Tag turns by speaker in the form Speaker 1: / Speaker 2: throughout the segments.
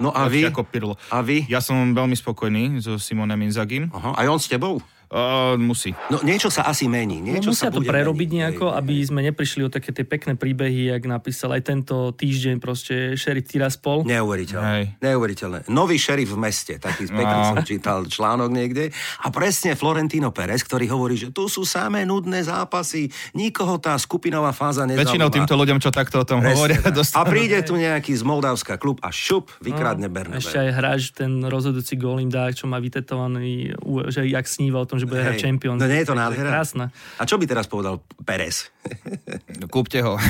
Speaker 1: No a vy?
Speaker 2: Ako Pirlo.
Speaker 1: A vy?
Speaker 2: Ja som veľmi spokojný so Simonem Inzagim.
Speaker 1: Aha, aj on s tebou?
Speaker 2: Uh, musí.
Speaker 1: No niečo sa asi mení.
Speaker 3: No,
Speaker 1: Niečo
Speaker 3: musia
Speaker 1: sa
Speaker 3: to
Speaker 1: bude
Speaker 3: prerobiť
Speaker 1: meniť.
Speaker 3: nejako, aby sme neprišli o také tie pekné príbehy, jak napísal aj tento týždeň proste Šerif Tiraspol.
Speaker 1: Neuveriteľné.
Speaker 2: Hej.
Speaker 1: Neuveriteľné. Nový šerif v meste, taký pekný
Speaker 2: No.
Speaker 1: som čítal článok niekde. A presne Florentino Pérez, ktorý hovorí, že tu sú samé nudné zápasy, nikoho tá skupinová fáza nezaujíma.
Speaker 2: Väčšinou týmto ľuďom, čo takto o tom
Speaker 1: Presne
Speaker 2: hovoria,
Speaker 1: tak. A
Speaker 2: dostanú.
Speaker 1: príde tu nejaký z Moldavska klub a šup, vykradne Bernabeu.
Speaker 3: No, Ešte aj hráč, ten rozhodujúci gól im dá, čo má vytetovaný, u- že jak sníva o tom, že bude
Speaker 1: Hej.
Speaker 3: hrať Champions.
Speaker 1: No nie je to
Speaker 3: Takže
Speaker 1: nádhera?
Speaker 3: Krásne.
Speaker 1: A čo by teraz povedal Pérez?
Speaker 2: Kúpte ho.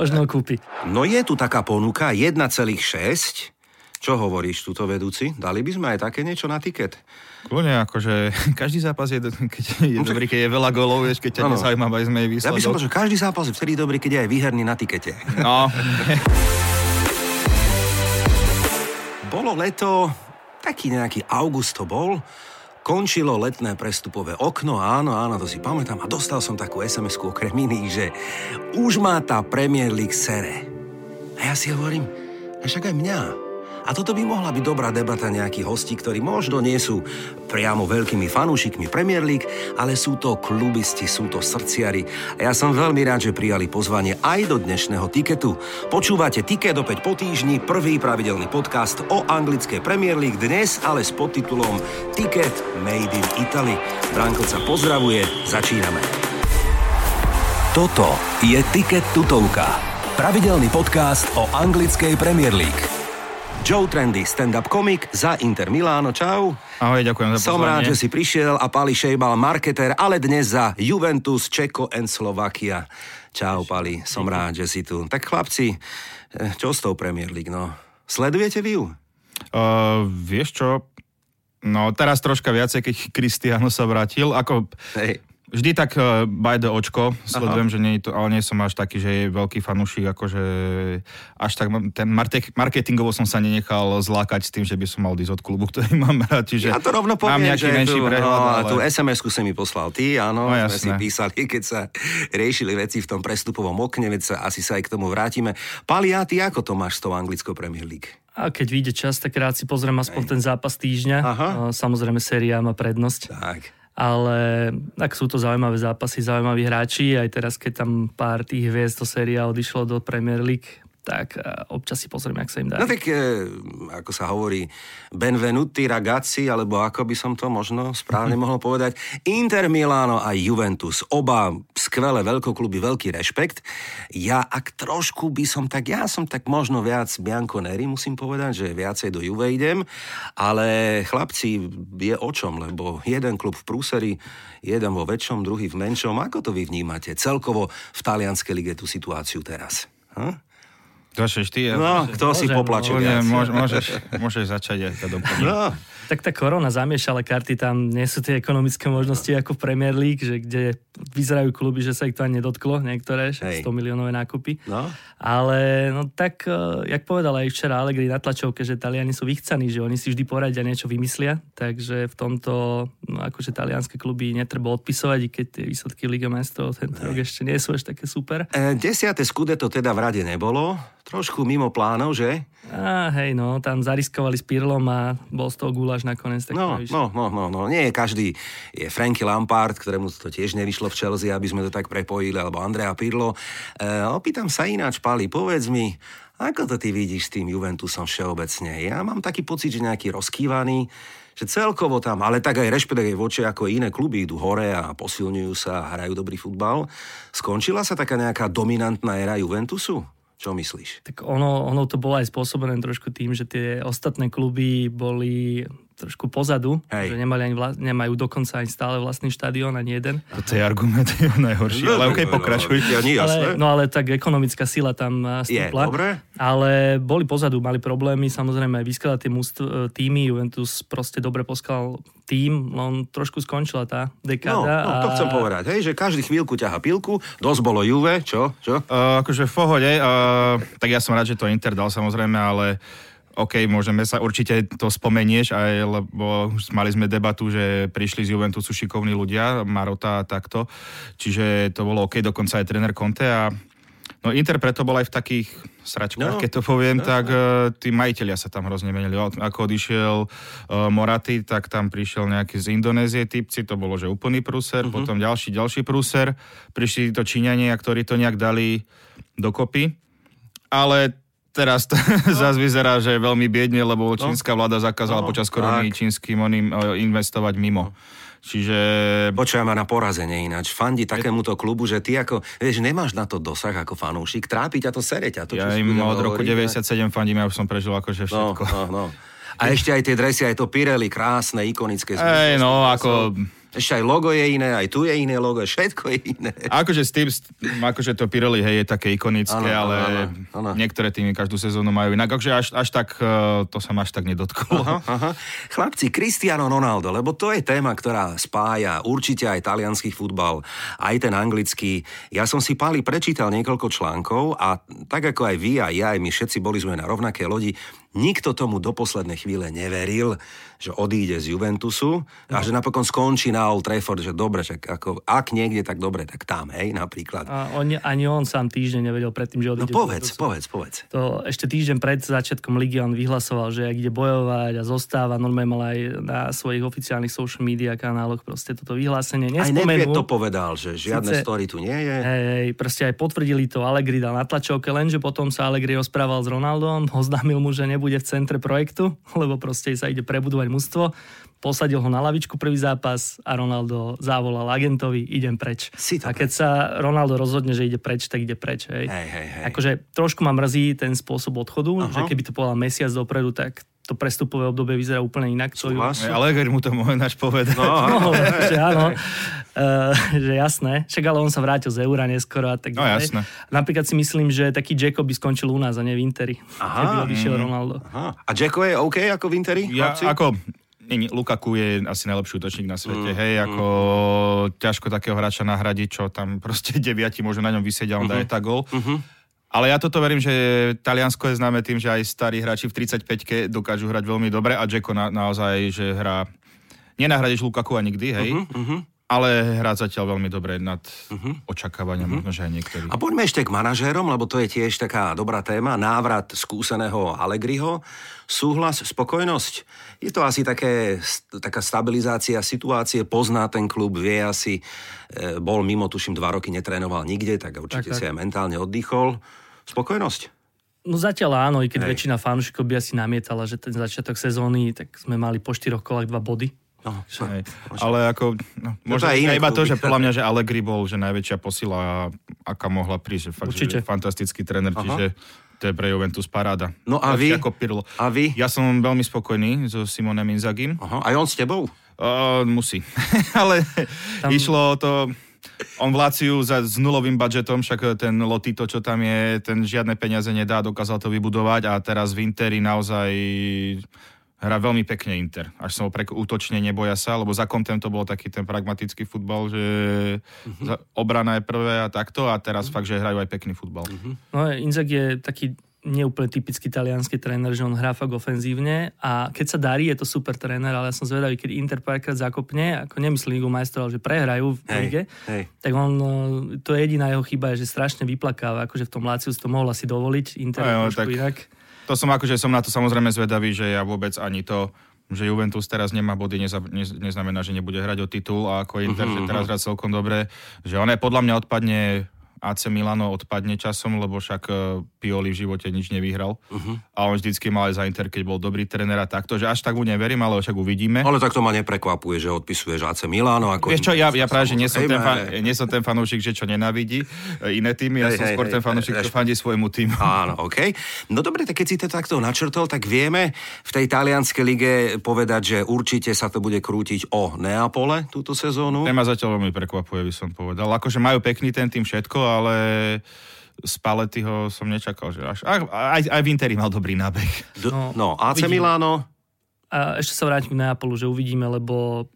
Speaker 3: Možno kúpi.
Speaker 1: No je tu taká ponuka 1,6. Čo hovoríš, túto vedúci? Dali by sme aj také niečo na tiket.
Speaker 2: Kľudne, akože každý zápas je, do, keď je dobrý, keď je veľa golov, vieš, keď ťa
Speaker 1: Áno.
Speaker 2: nezaujíma, aj sme jej
Speaker 1: Ja by som
Speaker 2: výsledok.
Speaker 1: povedal, že každý zápas je vtedy dobrý, keď je aj výherný na tikete.
Speaker 2: No,
Speaker 1: Bolo leto, taký nejaký august to bol, končilo letné prestupové okno, áno, áno, to si pamätám, a dostal som takú SMS-ku okrem iných, že už má tá Premier League sere. A ja si hovorím, a však aj mňa. A toto by mohla byť dobrá debata nejakých hostí, ktorí možno nie sú priamo veľkými fanúšikmi Premier League, ale sú to klubisti, sú to srdciari. A ja som veľmi rád, že prijali pozvanie aj do dnešného tiketu. Počúvate Tiket opäť po týždni, prvý pravidelný podcast o anglické Premier League dnes, ale s podtitulom Ticket Made in Italy. Branko sa pozdravuje, začíname. Toto je Ticket tutovka. Pravidelný podcast o anglickej Premier League. Joe Trendy, stand-up komik za Inter Miláno, čau.
Speaker 2: ahoj, ďakujem za pozvanie.
Speaker 1: Som rád, že si prišiel a Pali Šejbal, marketer, ale dnes za Juventus, Čeko and Slovakia. Čau, Pali, som rád, že si tu. Tak chlapci, eh, čo s tou Premier League, no? Sledujete vy ju?
Speaker 2: Uh, vieš čo? No, teraz troška viacej, keď Cristiano sa vrátil. Ako
Speaker 1: Hej.
Speaker 2: vždy tak uh, by the očko sledujem, že nie je to, ale nie som až taký, že je veľký fanúšik, akože až tak mám- ten marte- marketingovo som sa nenechal zlákať s tým, že by som mal ísť od klubu, ktorý mám rád, čiže
Speaker 1: Ja to rovno poviem,
Speaker 2: mám nejaký
Speaker 1: že
Speaker 2: menší
Speaker 1: tu,
Speaker 2: prehľad,
Speaker 1: no,
Speaker 2: ale...
Speaker 1: tú SMS-ku si mi poslal ty, áno,
Speaker 2: No,
Speaker 1: sme si
Speaker 2: jasné.
Speaker 1: písali, keď sa riešili veci v tom prestupovom okne, veď sa asi sa aj k tomu vrátime. Pali, a ty ako to máš s tou anglickou Premier League?
Speaker 3: A keď vyjde čas, tak rád si pozriem aspoň ten zápas týždňa.
Speaker 1: Aha.
Speaker 3: A Samozrejme, séria má prednosť.
Speaker 1: Tak.
Speaker 3: Ale tak sú to zaujímavé zápasy, zaujímaví hráči. Aj teraz, keď tam pár tých hviezd do séria odišlo do Premier League, tak a občas si pozriem, ak sa im dá.
Speaker 1: No tak, e, ako sa hovorí, benvenuti ragazzi, alebo ako by som to možno správne mohol povedať, Inter Milano a Juventus, oba skvelé veľkokluby, veľký rešpekt. Ja ak trošku by som tak, ja som tak možno viac Bianco Neri, musím povedať, že viacej do Juve idem, ale chlapci, je o čom, lebo jeden klub v Prúseri, jeden vo väčšom, druhý v menšom. Ako to vy vnímate celkovo v talianskej lige tú situáciu teraz? Hm?
Speaker 2: Začneš ty, ja...
Speaker 1: No, kto si
Speaker 3: Môžem,
Speaker 1: poplače
Speaker 2: Kľudne,
Speaker 1: viac?
Speaker 2: akože môž, môžeš, môžeš začať, ja to doplním.
Speaker 1: No,
Speaker 3: Tak tá korona zamiešala karty, tam nie sú tie ekonomické možnosti ako v Premier League, že kde vyzerajú kluby, že sa ich to ani nedotklo, niektoré,
Speaker 1: Hej.
Speaker 3: že 100 miliónové nákupy.
Speaker 1: No.
Speaker 3: Ale no tak, eh, jak povedal aj včera Allegri na tlačovke, že Taliani sú vychcaní, že oni si vždy poradia, niečo vymyslia, takže v tomto, no akože talianské kluby netreba odpisovať, i keď tie výsledky Liga majstrov tento rok ešte nie sú až také super.
Speaker 1: e, desiate skude to teda v rade nebolo. Trošku mimo plánov, že?
Speaker 3: A hej, no, tam zariskovali s Pirlom a bol z toho guláš nakoniec. Tak
Speaker 1: No,
Speaker 3: to vyšlo.
Speaker 1: no, no, no, no. Nie je každý. Je Franky Lampard, ktorému to tiež nevyšlo v Chelsea, aby sme to tak prepojili, alebo Andrea Pirlo. E, opýtam sa ináč, Pali, povedz mi, ako to ty vidíš s tým Juventusom všeobecne? Ja mám taký pocit, že nejaký rozkývaný, že celkovo tam, ale tak aj rešpekt aj voči ako iné kluby idú hore a posilňujú sa a hrajú dobrý futbal. Skončila sa taká nejaká dominantná éra Juventusu? Čo myslíš?
Speaker 3: Tak ono, ono to bolo aj spôsobené trošku tým, že tie ostatné kluby boli trošku pozadu,
Speaker 1: Hej.
Speaker 3: že nemali ani vla, nemajú dokonca ani stále vlastný štadión, ani jeden.
Speaker 2: Toto je argument je najhorší,
Speaker 1: No,
Speaker 2: ale okej, pokračuj.
Speaker 1: Ja, nie,
Speaker 3: Ale,
Speaker 1: jasné.
Speaker 3: no ale tak ekonomická sila tam a,
Speaker 1: Je,
Speaker 3: stúpla.
Speaker 1: dobre.
Speaker 3: Ale boli pozadu, mali problémy, samozrejme aj vyskladať tie mústv, eh, týmy, Juventus proste dobre poskal tým, on trošku skončila tá
Speaker 1: No,
Speaker 3: dekáda.
Speaker 1: no, to
Speaker 3: a-
Speaker 1: chcem povedať, hej, že každý chvíľku ťaha pilku, dosť bolo Juve, čo, čo?
Speaker 2: Uh, akože v pohode, uh, tak ja som rád, že to Inter dal samozrejme, ale OK, môžeme sa, určite to spomenieš, aj, lebo už mali sme debatu, že prišli z Juventusu šikovní ľudia, Marota a takto, čiže to bolo OK, dokonca aj tréner Conte a No Inter preto bol aj v takých sračkách, no, keď to poviem, no, tak no. tí majiteľia sa tam hrozne menili. Ako odišiel uh, Moraty, tak tam prišiel nejaký z Indonézie typci, to bolo, že úplný prúser, uh-huh. potom ďalší, ďalší prúser, prišli to Číňania, ktorí to nejak dali dokopy, ale teraz to no. zase vyzerá, že je veľmi biedne, lebo no. čínska vláda zakázala no, počas korony tak. čínskym oným eh, investovať mimo. No. Čiže...
Speaker 1: Počujem ma na porazenie ináč. Fandi takémuto klubu, že ty ako, vieš, nemáš na to dosah ako fanúšik, trápi ťa to, sere ťa to.
Speaker 2: Ja im od roku 97 ne? fandím, ja už som prežil akože všetko.
Speaker 1: No, no, no. A ešte aj tie dresy, aj to Pirelli, krásne, ikonické.
Speaker 2: Ej, no, ako...
Speaker 1: Ešte aj logo je iné, aj tu je iné logo, všetko je iné.
Speaker 2: Akože s tým, akože to Pirelli hej, je také ikonické, ano, ale ano, ano. niektoré týmy každú sezónu majú inak. Takže až, až tak, e, to sa až tak nedotklo.
Speaker 1: Aha, aha. Chlapci, Cristiano Ronaldo, lebo to je téma, ktorá spája určite aj talianský futbal, aj ten anglický. Ja som si Pali prečítal niekoľko článkov a tak ako aj vy a ja, aj my všetci boli sme na rovnaké lodi, nikto tomu do poslednej chvíle neveril, že odíde z Juventusu a
Speaker 3: No.
Speaker 1: že napokon skončí na Old Trafford, že dobre, že ako, ak niekde, tak dobre, tak tam, hej, napríklad.
Speaker 3: A on, ani on sám týždeň nevedel predtým, že
Speaker 1: No
Speaker 3: odíde.
Speaker 1: povedz, povedz, povedz.
Speaker 3: To ešte týždeň pred začiatkom ligy on vyhlasoval, že ide bojovať a zostáva, normálne mal aj na svojich oficiálnych social media kanáloch proste toto vyhlásenie.
Speaker 1: Nespomenul. Aj Nedved to povedal, že žiadne Sice, story tu nie je.
Speaker 3: Hej, hej, proste aj potvrdili to, Allegri dal na tlačovke, lenže potom sa Allegri rozprával s Ronaldom, oznámil mu, že ne nebude v centre projektu, lebo proste sa ide prebudovať mužstvo. Posadil ho na lavičku prvý zápas a Ronaldo zavolal agentovi, idem preč.
Speaker 1: Si to
Speaker 3: a keď sa Ronaldo rozhodne, že ide preč, tak ide preč. Hej.
Speaker 1: Hej, hej, hej.
Speaker 3: Akože trošku ma mrzí ten spôsob odchodu, Aha. že keby to povedal mesiac dopredu, tak to prestupové obdobie vyzerá úplne inak.
Speaker 2: To ju... Ale Eger mu to môj náš povedal.
Speaker 3: No, no, že áno, uh, že jasné. Však ale on sa vrátil z Eura neskoro a tak
Speaker 2: ďalej. No, jasné.
Speaker 3: Napríklad si myslím, že taký Jacko by skončil u nás a nie v Interi.
Speaker 1: Aha.
Speaker 3: Keby odišiel mm, Ronaldo.
Speaker 1: Aha. A Jacko je OK ako v Interi?
Speaker 2: Ja, Chlapci? ako, nie, Lukaku je asi najlepší útočník na svete. Mm, Hej, ako mm. ťažko takého hráča nahradiť, čo tam proste deviati môžu na ňom vysieť a on mm-hmm. daje tá gol. Mm-hmm. Ale ja toto verím, že Taliansko je známe tým, že aj starí hráči v 35-ke dokážu hrať veľmi dobre a Džeko na, naozaj, že hrá... Nenahradiš Lukaku a nikdy, hej? Uh-huh, uh-huh. Ale hrá zatiaľ veľmi dobre nad uh-huh. očakávania uh-huh. možno, že aj niektorí.
Speaker 1: A poďme ešte k manažérom, lebo to je tiež taká dobrá téma. Návrat skúseného Allegriho. Súhlas, spokojnosť. Je to asi také, taká stabilizácia situácie. Pozná ten klub, vie asi. e, bol mimo, tuším, dva roky netrénoval nikde, tak určite tak, tak. si aj mentálne oddychol. Spokojnosť?
Speaker 3: No zatiaľ áno, i keď Hej. väčšina fanúšikov by asi namietala, že ten začiatok sezóny, tak sme mali po štyroch kolách dva body.
Speaker 2: No, čo, Hej. Ale ako, no, možno to iba to, že podľa mňa, že Allegri bol že najväčšia posila, aká mohla prísť. Že fakt, Určite. Že fantastický tréner, Aha. čiže to je pre Juventus paráda.
Speaker 1: No a
Speaker 2: Lepšie
Speaker 1: vy?
Speaker 2: Ako Pirlo.
Speaker 1: A vy?
Speaker 2: Ja som veľmi spokojný so Simonem Inzagim.
Speaker 1: Aha, aj on s tebou?
Speaker 2: Uh, musí. ale Tam... išlo to... On v Láciu za, s nulovým budžetom, však ten Lotito, čo tam je, ten žiadne peniaze nedá, dokázal to vybudovať a teraz v Interi naozaj hrá veľmi pekne Inter. Až som ho prek- útočne neboja sa, lebo za kontem to bol taký ten pragmatický futbal, že mm-hmm. obrana je prvé a takto a teraz mm-hmm. fakt, že hrajú aj pekný futbal.
Speaker 3: Mm-hmm. No Inzaghi je taký neúplne typický talianský tréner, že on hrá fakt ofenzívne a keď sa darí, je to super tréner, ale ja som zvedavý, keď Inter párkrát zakopne, ako nemyslím Ligu majstrov, že prehrajú v
Speaker 1: hej,
Speaker 3: lige,
Speaker 1: hej.
Speaker 3: tak on, no, to je jediná jeho chyba, je, že strašne vyplakáva, akože v tom Láciu to mohol asi dovoliť, Inter aj,
Speaker 2: no, tak... inak to som akože som na to samozrejme zvedavý, že ja vôbec ani to že Juventus teraz nemá body, neza, ne, neznamená, že nebude hrať o titul a ako Inter, mm-hmm. že teraz hrá celkom dobre, že on je podľa mňa odpadne AC Milano odpadne časom, lebo však e, Pioli v živote nič nevyhral uh-huh. a on vždycky mal aj za Inter, keď bol dobrý tréner a takto, že až tak mu neverím, ale však uvidíme.
Speaker 1: Ale tak to ma neprekvapuje, že odpisuješ AC Milano. Ako
Speaker 2: Vieš čo, ja, ja práve, že nie som, ten fan, nie som ten fanúšik, že čo nenávidí e, iné týmy, ja hey, som hey, skôr hey, ten fanúšik, hey, čo fandí svojmu týmu.
Speaker 1: Áno, OK. No dobre, tak keď si to takto načrtol, tak vieme v tej talianskej lige povedať, že určite sa to bude krútiť o Neapole túto sezónu.
Speaker 2: Téma zatiaľ veľmi prekvapuje, by som povedal. Akože majú pekný ten tým všetko, ale z palety ho som nečakal. Že až, aj, aj v Interi mal dobrý nábeh.
Speaker 1: No, no AC uvidíme. Milano.
Speaker 3: A ešte sa vrátim k Neapolu, že uvidíme, lebo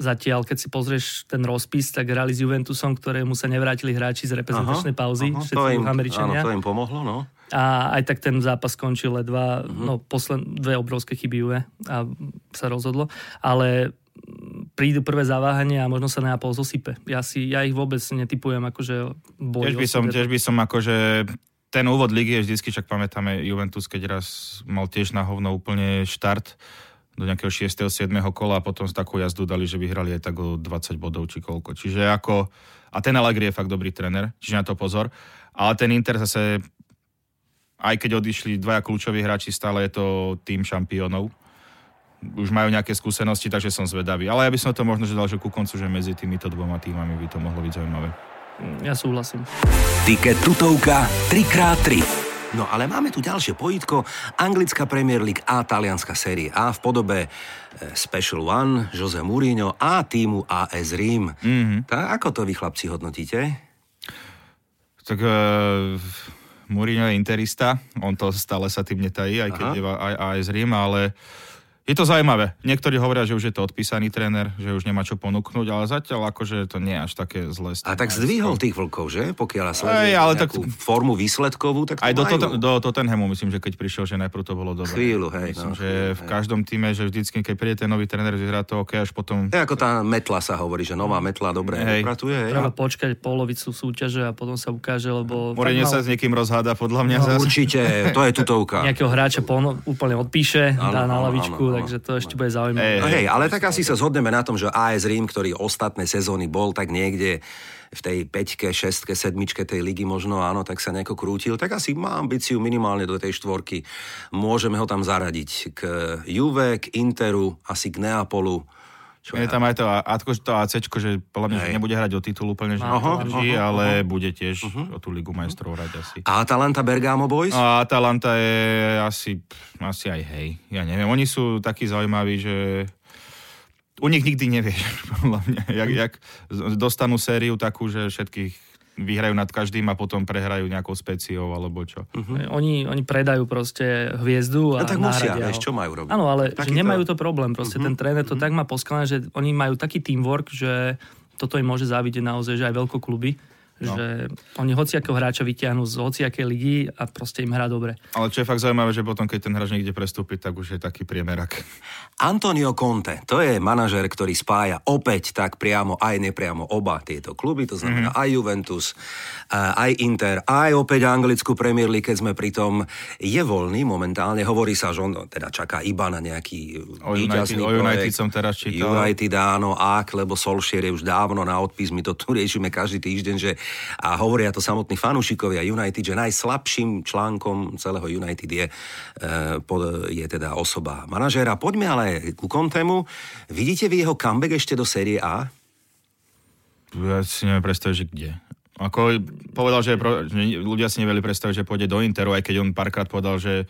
Speaker 3: zatiaľ, keď si pozrieš ten rozpis, tak hrali s Juventusom, ktorému sa nevrátili hráči z reprezentačnej aha, pauzy, aha, všetci
Speaker 1: im, Američania. Áno, to im pomohlo, no.
Speaker 3: A aj tak ten zápas skončil ledva, uh-huh. no posled, dve obrovské chyby Juve a sa rozhodlo, ale prídu prvé zaváhanie a možno sa Neapol zosype. Ja, si, ja ich vôbec netypujem akože boj.
Speaker 2: Tiež by som, tiež by som akože ten úvod ligy je vždycky, však pamätáme Juventus, keď raz mal tiež na hovno úplne štart do nejakého 6. 7. kola a potom z takú jazdu dali, že vyhrali aj tak o 20 bodov či koľko. Čiže ako... A ten Allegri je fakt dobrý tréner, čiže na to pozor. Ale ten Inter zase, aj keď odišli dvaja kľúčoví hráči, stále je to tým šampiónov už majú nejaké skúsenosti, takže som zvedavý. Ale ja by som to možno že dal, že ku koncu, že medzi týmito dvoma týmami by to mohlo byť zaujímavé.
Speaker 3: Ja súhlasím.
Speaker 1: Tiket tutovka 3x3. No ale máme tu ďalšie pojitko. Anglická Premier League a talianská série A v podobe eh, Special One, Jose Mourinho a týmu AS Rím.
Speaker 2: Mhm.
Speaker 1: Tak ako to vy chlapci hodnotíte?
Speaker 2: Tak e, Mourinho je interista, on to stále sa tým netají, aj keď
Speaker 1: Aha.
Speaker 2: je v- aj AS Rím, ale je to zaujímavé. Niektorí hovoria, že už je to odpísaný tréner, že už nemá čo ponúknuť, ale zatiaľ akože to nie je až také zlé. s tým
Speaker 1: A tak
Speaker 2: AS.
Speaker 1: zdvihol tých vlkov, že? Pokiaľ ja sledujem
Speaker 2: Aj, ale
Speaker 1: nejakú
Speaker 2: tak-
Speaker 1: formu výsledkovú, tak to
Speaker 2: Aj do,
Speaker 1: majú.
Speaker 2: Totten- do Tottenhamu, myslím, že keď prišiel, že najprv to bolo dobré.
Speaker 1: Chvíľu, hej,
Speaker 2: Myslím,
Speaker 1: no,
Speaker 2: že
Speaker 1: chvíľu,
Speaker 2: v každom týme, že vždycky, keď príde ten nový tréner, vyzerá to OK, až potom...
Speaker 1: To je ako tá metla sa hovorí, že nová metla dobre
Speaker 2: Hej.
Speaker 1: vypratuje. hej.
Speaker 3: Treba počkať polovicu súťaže a potom sa ukáže, lebo...
Speaker 2: Morenie
Speaker 3: tak
Speaker 2: sa
Speaker 3: mal-
Speaker 2: s niekým rozháda, podľa mňa.
Speaker 1: No,
Speaker 2: zás.
Speaker 1: Určite, to je tutovka.
Speaker 3: nejakého hráča pon- úplne odpíše,
Speaker 1: Áno,
Speaker 3: dá na
Speaker 1: áno,
Speaker 3: lavičku,
Speaker 1: áno, áno.
Speaker 3: takže to ešte bude zaujímavé.
Speaker 2: Ej,
Speaker 1: No hej, ale tak asi sa zhodneme na tom, že AS Rím, ktorý ostatné sezóny bol tak niekde v tej 5 šestke, sedmičke tej ligy možno, áno, tak sa nejako krútil, tak asi má ambíciu minimálne do tej štvorky. Môžeme ho tam zaradiť k Juve, k Interu, asi k Neapolu. Čo
Speaker 2: Je
Speaker 1: ja-
Speaker 2: tam aj to, A- Atko, to ACčko, že podľa mňa že
Speaker 1: Hej.
Speaker 2: nebude hrať o titul úplne, že
Speaker 3: Aha,
Speaker 2: aha, drží,
Speaker 1: aha,
Speaker 2: ale bude tiež o tú Ligu majstrov hrať asi. No
Speaker 1: A Atalanta Bergamo Boys?
Speaker 2: A Atalanta je asi, pff, asi aj hej. Ja neviem, oni sú takí zaujímaví, že u nich nikdy nevieš, podľa mňa. Jak, jak z- dostanú sériu takú, že všetkých vyhrajú nad každým a potom prehrajú nejakou speciou alebo čo.
Speaker 1: Hm.
Speaker 3: E, Oni, oni predajú proste hviezdu
Speaker 1: Mhm.
Speaker 3: a
Speaker 1: No tak musia,
Speaker 3: nahradia
Speaker 1: vieš,
Speaker 3: ho.
Speaker 1: čo majú robiť?
Speaker 3: Áno, ale že
Speaker 1: Takýto- Mhm,
Speaker 3: nemajú to problém. Proste ten tréner to tak má posklené, že oni majú taký teamwork, že toto im môže závidieť naozaj, že aj veľkokluby,
Speaker 1: No.
Speaker 3: že oni hociakého hráča vyťahnú z hociakej ligy a proste im hrá dobre.
Speaker 2: Ale čo je fakt zaujímavé, že potom, keď ten hráč niekde prestúpi, tak už je taký priemerak.
Speaker 1: Antonio Conte, to je manažer, ktorý spája opäť tak priamo aj nepriamo oba tieto kluby, to
Speaker 2: Mhm.
Speaker 1: znamená aj Juventus, eh, aj Inter, aj opäť anglickú Premier League, keď sme pri tom, je voľný momentálne, hovorí sa, že on teda čaká iba na nejaký
Speaker 2: O
Speaker 1: výťazný
Speaker 2: United- o United som teraz čítal.
Speaker 1: United áno, ak, lebo Solskjaer je už dávno na odpis, my to tu riešime každý týždeň, že a hovoria to samotní fanúšikovia United, že najslabším článkom celého United je, eh, pod- je teda osoba manažéra. Poďme ale ku Kontemu. Vidíte vy jeho comeback ešte do série A?
Speaker 2: Ja si neviem predstaviť, že kde. Ako povedal, že, je pro, že ľudia si neveli predstaviť, že pôjde do Interu, aj keď on párkrát povedal, že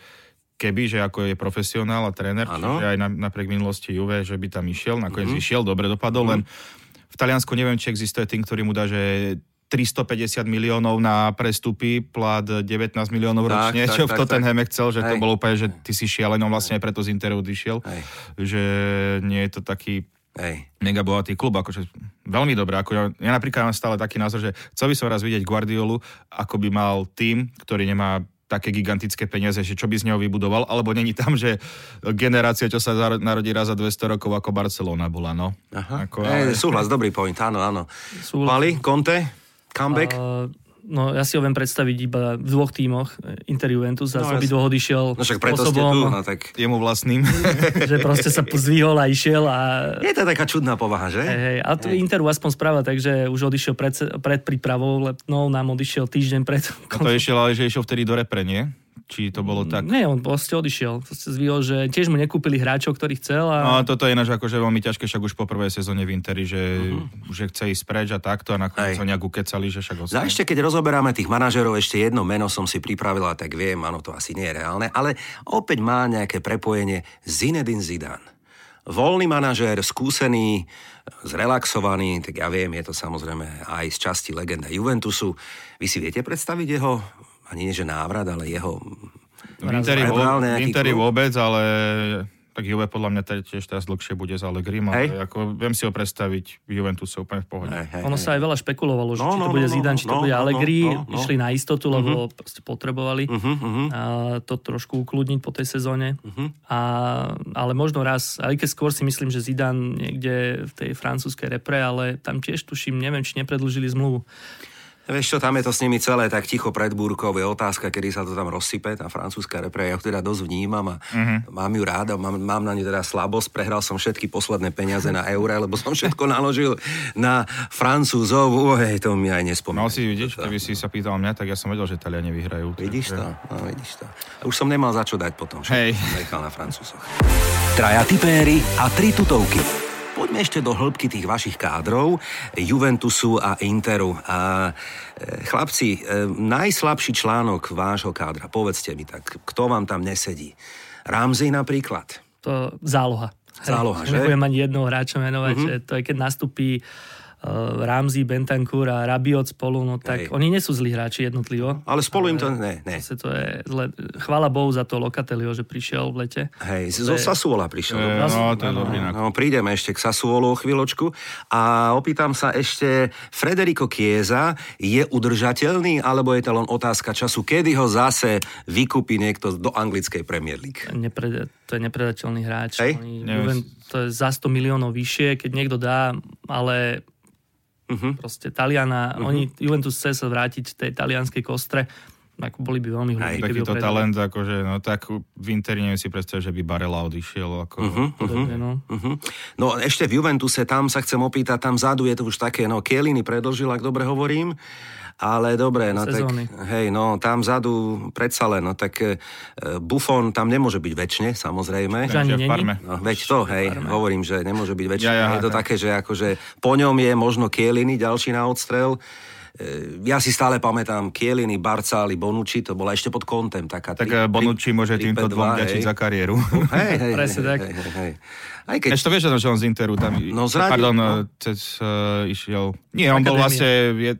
Speaker 2: keby, že ako je profesionál a tréner,
Speaker 1: Áno. Mhm.
Speaker 2: že aj na, napriek minulosti Juve, že by tam išiel, nakoniec mm-hmm. išiel, dobre dopadol, mm-hmm. len v Taliansku neviem, či existuje tým, ktorý mu dá, že 350 miliónov na prestupy, plat 19 miliónov
Speaker 1: Tak,
Speaker 2: ročne,
Speaker 1: tak,
Speaker 2: čo
Speaker 1: tak,
Speaker 2: v
Speaker 1: tak.
Speaker 2: Tottenhame chcel, že to
Speaker 1: Hej.
Speaker 2: bolo úplne, že ty si šialený, on vlastne aj preto z Interu odišiel,
Speaker 1: Hej.
Speaker 2: že nie je to taký
Speaker 1: Hej.
Speaker 2: mega bohatý klub, akože veľmi dobré. Ako ja, ja napríklad mám stále taký názor, že chcel by som raz vidieť Guardiolu, ako by mal tým, ktorý nemá také gigantické peniaze, že čo by z neho vybudoval, alebo není tam, že generácia, čo sa zaro- narodí raz za 200 rokov, ako Barcelona bola, no.
Speaker 1: Aha.
Speaker 2: Ako,
Speaker 1: Hej,
Speaker 2: ale,
Speaker 1: súhlas, dobrý point, áno, áno.
Speaker 3: Súhlas.
Speaker 1: Pali, Conte, comeback?
Speaker 3: A, no ja si ho viem predstaviť iba v dvoch tímoch, eh, Inter Juventus
Speaker 1: No,
Speaker 3: a no, z
Speaker 1: jasne.
Speaker 3: obidvoch odišiel
Speaker 1: No však preto ste
Speaker 3: spôsobom,
Speaker 1: tu, no tak...
Speaker 2: jemu vlastným.
Speaker 3: že proste sa zvýhol a išiel a
Speaker 1: Je to taká čudná povaha, že?
Speaker 3: Hej, hej, a tu Interu aspoň správa, takže už odišiel pred, se- pred prípravou, letnou nám odišiel týždeň pred
Speaker 1: No
Speaker 2: A to išiel, ale že išiel vtedy do repre, nie? Či to bolo tak?
Speaker 3: Nie, on proste odišiel. Proste zvýhol, že tiež mu nekúpili hráčov, ktorý chcel a
Speaker 2: No, toto je ináč akože veľmi ťažké, však už po prvej sezóne v Interi, že, že chce ísť preč a takto a nakoniec
Speaker 1: Mhm. Hej.
Speaker 2: ho nejak ukecali, že však
Speaker 1: Za
Speaker 2: ostane.
Speaker 1: ešte, keď rozoberáme tých manažerov, ešte jedno meno som si pripravila, tak viem, áno, to asi nie je reálne, ale opäť má nejaké prepojenie Zinedine Zidane. Voľný manažér, skúsený, zrelaxovaný, tak ja viem, je to samozrejme aj z časti legenda Juventusu. Vy si viete predstaviť jeho, ani nie že návrat, ale jeho...
Speaker 2: V Interi,
Speaker 1: Prebral
Speaker 2: vo, v
Speaker 1: nejaký
Speaker 2: Interi
Speaker 1: klub?
Speaker 2: vôbec, ale tak Juve podľa mňa tiež teraz dlhšie bude za Allegrim,
Speaker 1: Hej.
Speaker 2: ale ako, viem si ho predstaviť v Juventuse úplne v pohode.
Speaker 1: Hej, hej,
Speaker 3: Ono
Speaker 1: hej.
Speaker 3: sa aj veľa špekulovalo, že
Speaker 1: No,
Speaker 3: či to
Speaker 1: no,
Speaker 3: bude
Speaker 1: no, no,
Speaker 3: Zidane, či to
Speaker 1: no,
Speaker 3: bude
Speaker 1: no, no,
Speaker 3: Allegri.
Speaker 1: no, no.
Speaker 3: Išli na istotu, lebo proste potrebovali
Speaker 1: Mhm, mhm.
Speaker 3: a to trošku ukludniť po tej sezóne. A, ale možno raz, aj keď skôr si myslím, že Zidane niekde v tej francúzskej repre, ale tam tiež tuším, neviem, či nepredlžili zmluvu.
Speaker 1: Vieš čo, tam je to s nimi celé tak ticho pred búrkou, je otázka, kedy sa to tam rozsype, tá francúzska repre, ja ju teda dosť vnímam a mm-hmm. mám ju ráda, mám, mám na ňu teda slabosť, prehral som všetky posledné peniaze na eure, lebo som všetko naložil na francúzov, ojej, to mi aj nespomínam.
Speaker 2: Mal No, si vidieť, keby si sa pýtal mňa, tak ja som vedel, že Taliani vyhrajú.
Speaker 1: Vidíš
Speaker 2: Takže-
Speaker 1: to? No, vidíš to. Už som nemal za čo dať potom, že
Speaker 2: Hej.
Speaker 1: som nechal na Francúzoch. Traja tipéry a tri tutovky. Poďme ešte do hĺbky tých vašich kádrov, Juventusu a Interu. A, e, chlapci, e, najslabší článok vášho kádra, povedzte mi tak, kto vám tam nesedí? Ramsey napríklad.
Speaker 3: To záloha.
Speaker 1: Záloha,
Speaker 3: Hej,
Speaker 1: že? Mhm.
Speaker 3: Nebudem ani jednoho hráča menovať, mm-hmm. že to je keď nastupí uh, Ramzi, Bentancur a Rabiot spolu, no tak
Speaker 1: Hej.
Speaker 3: Hej. oni nie sú zlí hráči jednotlivo.
Speaker 1: Ale spolu im to... Ne, ne.
Speaker 3: Proste to je zle. Chvála Bohu za to Lokatelio, že prišiel v lete.
Speaker 1: Hej, zo Sasuola prišiel.
Speaker 2: E, No, to je dobrý nákup.
Speaker 1: No, prídeme ešte k Sassuolu o chvíľočku a opýtam sa ešte, Federico Chiesa je udržateľný, alebo je to len otázka času, kedy ho zase vykúpi niekto do anglickej Premier League?
Speaker 3: Nepred, to je nepredateľný hráč.
Speaker 1: Hej?
Speaker 3: Oni,
Speaker 2: Neviem
Speaker 3: Juven, to je za 100 miliónov vyššie, keď niekto dá, ale uh-huh.
Speaker 1: Mhm.
Speaker 3: proste Taliana, uh-huh. oni, Juventus chce sa vrátiť tej talianskej kostre, ako boli by veľmi hlúpi, keby ho
Speaker 2: Takýto
Speaker 3: predali.
Speaker 2: talent, akože, no tak v Interi neviem si predstaviť, že by Barela odišiel. Ako,
Speaker 3: Podobne, no.
Speaker 1: Mhm. No ešte v Juventuse, tam sa chcem opýtať, tam zadu je to už také, no Kieliny predlžil, ak dobre hovorím, ale dobre, no tak,
Speaker 3: Sezóny.
Speaker 1: hej, no tam zadu predsa len, no tak e, Buffon tam nemôže byť väčšine, samozrejme.
Speaker 3: Že ani
Speaker 2: Takže v
Speaker 3: není?
Speaker 2: Parme.
Speaker 1: No, veď to, hej, hovorím, že nemôže byť väčšie.
Speaker 2: Ja, ja,
Speaker 1: je to
Speaker 2: ja.
Speaker 1: také, že akože po ňom je možno Kieliny ďalší na odstrel. E, Ja si stále pamätám Kieliny, Barcáli, Bonucci, to bola ešte pod kontem taká.
Speaker 2: Tak
Speaker 1: tri-
Speaker 2: eh, Bonucci
Speaker 1: tri-
Speaker 2: môže
Speaker 1: tri-
Speaker 2: týmto
Speaker 1: päť,
Speaker 2: dvom
Speaker 1: dva,
Speaker 2: ďačiť
Speaker 1: hej.
Speaker 2: za kariéru.
Speaker 1: Hej, hej,
Speaker 3: Presne
Speaker 1: hej,
Speaker 3: tak.
Speaker 1: hej, hej, hej. Aj keď...
Speaker 2: Ešte to vieš, že on z Interu tam
Speaker 1: No, zranil,
Speaker 2: pardon,
Speaker 1: no.
Speaker 2: eh, cez, eh, išiel... Nie, on bol
Speaker 3: Akadémia.
Speaker 2: vlastne... Je,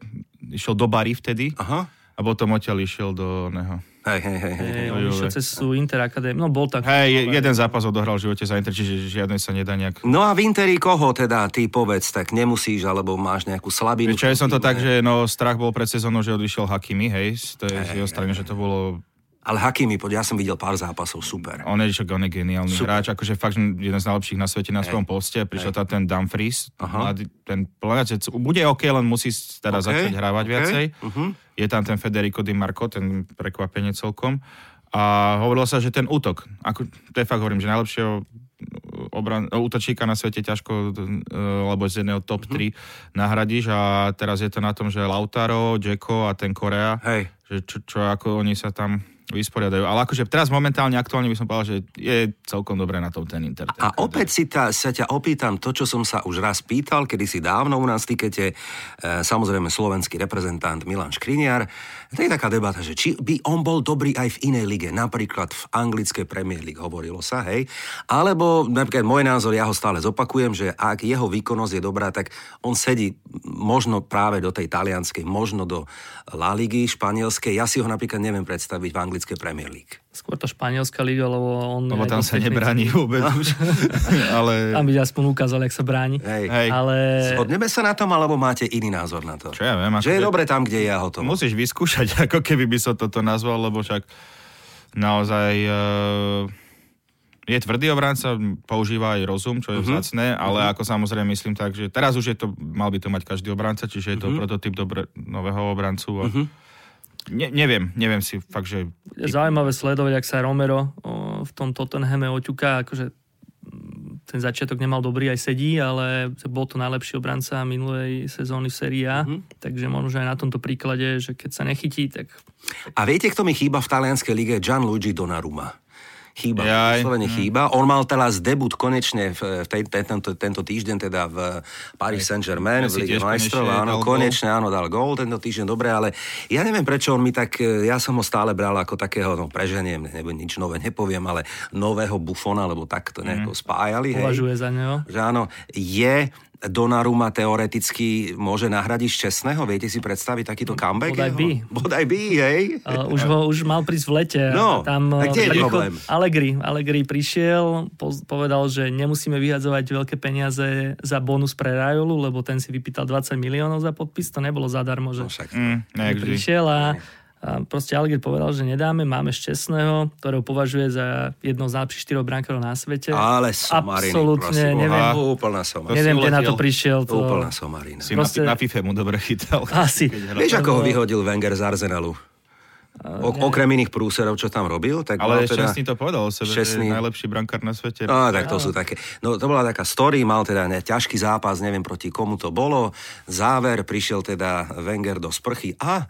Speaker 2: išiel do Bari vtedy
Speaker 1: Aha.
Speaker 2: a potom odtiaľ išiel do neho.
Speaker 1: Hej, hej, hej. hej.
Speaker 3: Hej, on išiel cez sú Inter Academy, no bol tak.
Speaker 2: Hej, je- jeden zápas odohral v živote za Inter, čiže žiadne sa nedá nejak...
Speaker 1: No a v Interi koho teda ty povedz, tak nemusíš, alebo máš nejakú slabinu.
Speaker 2: Čo ja som to tak, že no, strach bol pred sezónou, že odišiel Hakimi, hej, to je z jeho strany, že to bolo
Speaker 1: Ale Hakimi, poď, ja som videl pár zápasov, super.
Speaker 2: On je, že on je geniálny Super. hráč, akože fakt že jeden z najlepších na svete na svojom poste. Prišiel tam ten Dumfries, mladý, ten plnáčec, bude OK, len musí s- teda
Speaker 1: OK,
Speaker 2: okay. začať hrávať
Speaker 1: OK, Mhm.
Speaker 2: okay. viacej. Uh-huh. Je tam ten Federico Di Marco, ten prekvapenie celkom. A hovorilo sa, že ten útok, ako, to je fakt hovorím, že najlepšieho uh, obran, no, útočníka na svete ťažko, alebo z jedného top
Speaker 1: Mhm.
Speaker 2: 3 nahradíš a teraz je to na tom, že Lautaro, Jacko a ten Korea
Speaker 1: Hej.
Speaker 2: že čo, čo ako oni sa tam vysporiadajú. Ale akože teraz momentálne, aktuálne by som povedal, že je celkom dobré na tom ten Inter.
Speaker 1: A opäť si tá, sa ťa opýtam to, čo som sa už raz pýtal, kedy si dávno u nás v tikete, e, samozrejme slovenský reprezentant Milan Škriniar. To je taká debata, že či by on bol dobrý aj v inej lige, napríklad v anglickej Premier League hovorilo sa, hej. Alebo napríklad môj názor, ja ho stále zopakujem, že ak jeho výkonnosť je dobrá, tak on sedí možno práve do tej talianskej, možno do La Ligy španielskej. Ja si ho napríklad neviem predstaviť v anglickej Premier League.
Speaker 3: Skôr tá španielská liga, lebo on...
Speaker 2: Lebo
Speaker 3: je
Speaker 2: tam
Speaker 3: dosť
Speaker 2: sa
Speaker 3: technický.
Speaker 2: nebráni vôbec už. Ale
Speaker 3: Tam by aspoň ukázal, jak sa bráni.
Speaker 1: Hej.
Speaker 2: hej,
Speaker 3: Ale
Speaker 1: Zhodneme sa na tom, alebo máte iný názor na to?
Speaker 2: čo ja viem, No.
Speaker 1: Že je
Speaker 2: akože
Speaker 1: dobre tam, kde je a hotovo.
Speaker 2: musíš vyskúšať, ako keby by som toto nazval, lebo však naozaj eh, je tvrdý obranca, používa aj rozum,
Speaker 1: Mhm.
Speaker 2: čo je vzácne, ale ako samozrejme myslím tak, že teraz už je to, mal by to mať každý obranca,
Speaker 1: Mhm.
Speaker 2: čiže je to prototyp dobre, nového obrancu. A, ne, neviem, neviem si fakt, že
Speaker 3: je zaujímavé sledovať, ak sa Romero o, v tom Tottenhame oťuká, akože mm, ten začiatok nemal dobrý, aj sedí, ale bol to najlepší obranca minulej sezóny v Serie
Speaker 2: Mhm.
Speaker 3: A, mm-hmm. takže možno že aj na tomto príklade, že keď sa nechytí, tak
Speaker 1: A viete, kto mi chýba v talianskej lige? Gianluigi Donnarumma. Chýba,
Speaker 2: Jaj. Mhm.
Speaker 1: vyslovene chýba. On mal teraz debut konečne v, v tej, te- tento, tento týždeň teda v Paris Saint-Germain,
Speaker 2: Ja si
Speaker 1: v Lige
Speaker 2: tiež
Speaker 1: majstrov.
Speaker 2: konečne
Speaker 1: Áno,
Speaker 2: dal
Speaker 1: konečne, áno, dal gól tento týždeň, dobre, ale ja neviem, prečo on mi tak, e, ja som ho stále bral ako takého, no preženiem, nebo nič nové nepoviem, ale
Speaker 2: Mhm.
Speaker 1: nového bufona, lebo tak to nejako spájali. hej.
Speaker 3: považuje za neho.
Speaker 1: že áno, je Donnarumma teoreticky môže nahradiť šťastného? Viete si predstaviť takýto comeback?
Speaker 3: Bodaj
Speaker 1: jeho?
Speaker 3: by.
Speaker 1: Bodaj by, hej?
Speaker 3: Uh, už, ho, už mal prísť v lete.
Speaker 1: No,
Speaker 3: tam,
Speaker 1: a kde je
Speaker 3: pricho-
Speaker 1: problém?
Speaker 3: Allegri, Allegri prišiel, poz- povedal, že nemusíme vyhadzovať veľké peniaze za bonus pre Rajolu, lebo ten si vypýtal 20 miliónov za podpis, to nebolo zadarmo,
Speaker 1: No
Speaker 3: že
Speaker 1: však. No.
Speaker 2: Mm, nejak vždy.
Speaker 3: prišiel a, a proste Allegri povedal, že nedáme, máme Šťastného, ktorého považuje za jedno z najlepších štyroch brankárov na svete.
Speaker 1: Ale somariny,
Speaker 3: Absolútne,
Speaker 1: prosím, boha.
Speaker 3: neviem.
Speaker 1: Úplná somarina.
Speaker 3: Neviem,
Speaker 2: si
Speaker 3: kde na to
Speaker 2: uletel.
Speaker 3: prišiel. To...
Speaker 1: Úplná somarina.
Speaker 2: Si
Speaker 3: Proste-
Speaker 2: na, na FIFA mu dobre chytal.
Speaker 3: Asi.
Speaker 1: Vieš, ako ho vyhodil Wenger z Arsenalu? O, okrem iných prúserov, čo tam robil, tak mal
Speaker 2: Ale
Speaker 1: teda...
Speaker 2: šťastný to povedal o sebe, že
Speaker 1: Šťastný.
Speaker 2: je najlepší brankár na svete.
Speaker 1: No, tak to sú také. No, to bola taká story, mal teda ne, ťažký zápas, neviem proti komu to bolo. Záver, prišiel teda Wenger do sprchy a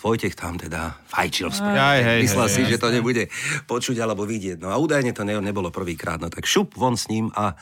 Speaker 1: Vojtech tam teda fajčil v sprchy.
Speaker 2: Aj, hej,
Speaker 1: Myslel
Speaker 2: hej,
Speaker 1: si, že to nebude počuť alebo vidieť. No a údajne to ne, nebolo prvýkrát, no tak šup von s ním a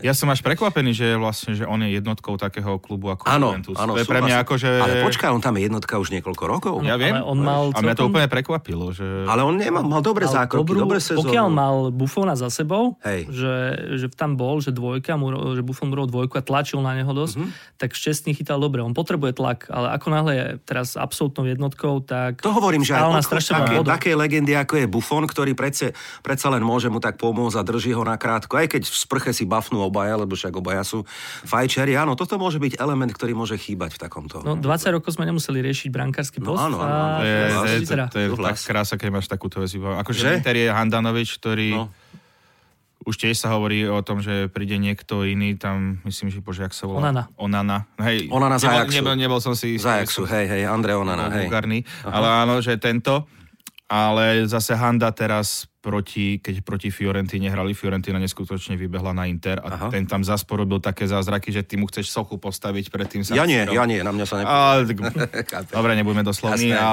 Speaker 2: Ja som až prekvapený, že je vlastne, že on je jednotkou takého klubu ako
Speaker 1: áno,
Speaker 2: Juventus.
Speaker 1: áno.
Speaker 2: to je pre mňa
Speaker 1: súhlasím.
Speaker 2: ako, že...
Speaker 1: Ale počkaj, on tam je jednotka už niekoľko rokov.
Speaker 2: Ja viem,
Speaker 3: no, Ale on mal
Speaker 2: a mňa to
Speaker 3: celkom-
Speaker 2: úplne prekvapilo, že...
Speaker 1: Ale on nemal, mal dobré
Speaker 3: mal
Speaker 1: zákroky,
Speaker 3: dobrú-
Speaker 1: dobré sezónu.
Speaker 3: Pokiaľ mal Buffona za sebou,
Speaker 1: Hej.
Speaker 3: že, že tam bol, že, dvojka, mu, ro- že Buffon mu robil dvojku a tlačil na neho dosť,
Speaker 1: Mhm.
Speaker 3: mm-hmm. tak šťastný chytal dobre. On potrebuje tlak, ale ako náhle je teraz absolútnou jednotkou, tak...
Speaker 1: To hovorím, že
Speaker 3: stál na
Speaker 1: aj odchod
Speaker 3: strašne
Speaker 1: také,
Speaker 3: veľa bodov.
Speaker 1: také legendy, ako je Buffon, ktorý predsa, predsa len môže mu tak pomôcť a drží ho nakrátko, aj keď v sprche si bafnú obaja, lebo však obaja sú fajčeri. Áno, toto môže byť element, ktorý môže chýbať v takomto.
Speaker 3: No, 20 rokov sme nemuseli riešiť brankársky
Speaker 1: No
Speaker 3: post.
Speaker 1: áno, áno, áno.
Speaker 3: a
Speaker 2: To je,
Speaker 3: teraz teda-
Speaker 2: to, je, to,
Speaker 3: vyzerá.
Speaker 2: to je tak
Speaker 1: Súhlas.
Speaker 2: krása, keď máš takúto väzbu. Akože
Speaker 1: Že?
Speaker 2: že? Inter je Handanovič, ktorý...
Speaker 1: No.
Speaker 2: No. Už tiež sa hovorí o tom, že príde niekto iný, tam myslím, že bože, jak sa volá?
Speaker 3: Onana.
Speaker 2: Onana. Hej,
Speaker 1: Onana z
Speaker 2: nebol-
Speaker 1: Ajaxu.
Speaker 2: Nebol, nebol som si...
Speaker 1: Zajaxu, hej, hej, Andre Onana, No,
Speaker 2: No,
Speaker 1: hej.
Speaker 2: vulgárny, ale áno, že tento. Ale zase Handa teraz proti, keď proti Fiorentine hrali, Fiorentina neskutočne vybehla na Inter a
Speaker 1: Aha.
Speaker 2: Aha. ten tam zase porobil také zázraky, že ty mu chceš sochu postaviť pred tým
Speaker 1: Ja nie, ja nie, na mňa sa ne...
Speaker 2: Ale, tak, dobre, nebudeme doslovní.
Speaker 1: Jasné.
Speaker 2: A